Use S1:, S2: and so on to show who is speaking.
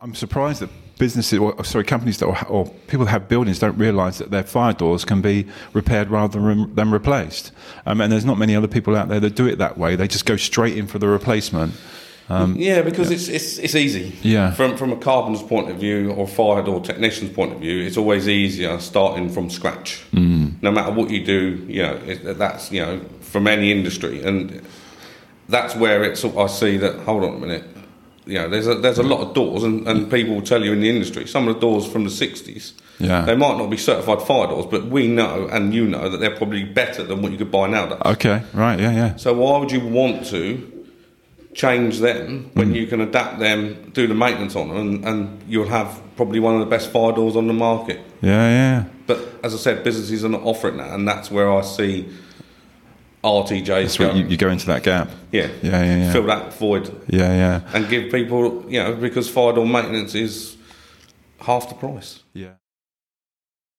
S1: I'm surprised that businesses, or or, sorry, companies that or, or people that have buildings don't realise that their fire doors can be repaired rather than, than replaced. Um, and there's not many other people out there that do it that way. They just go straight in for the replacement.
S2: yeah, because it's it's it's easy.
S1: Yeah.
S2: From from a carpenter's point of view or fire door technician's point of view, it's always easier starting from scratch. Mm. No matter what you do, you know it, that's you know from any industry, and that's where it's. I see that. Hold on a minute. You know, there's a, there's a lot of doors, and, and people will tell you in the industry some of the doors from the 60s.
S1: Yeah.
S2: They might not be certified fire doors, but we know and you know that they're probably better than what you could buy nowadays.
S1: Okay, right, yeah, yeah.
S2: So why would you want to change them when you can adapt them, do the maintenance on them, and, and you'll have probably one of the best fire doors on the market?
S1: Yeah, yeah.
S2: But as I said, businesses are not offering that, and that's where I see RTJs
S1: That's where
S2: go.
S1: you, you go into that gap.
S2: yeah.
S1: Yeah, yeah, yeah.
S2: Fill that void
S1: Yeah, yeah.
S2: and give people, you know, because fire door maintenance is half the price.
S1: Yeah.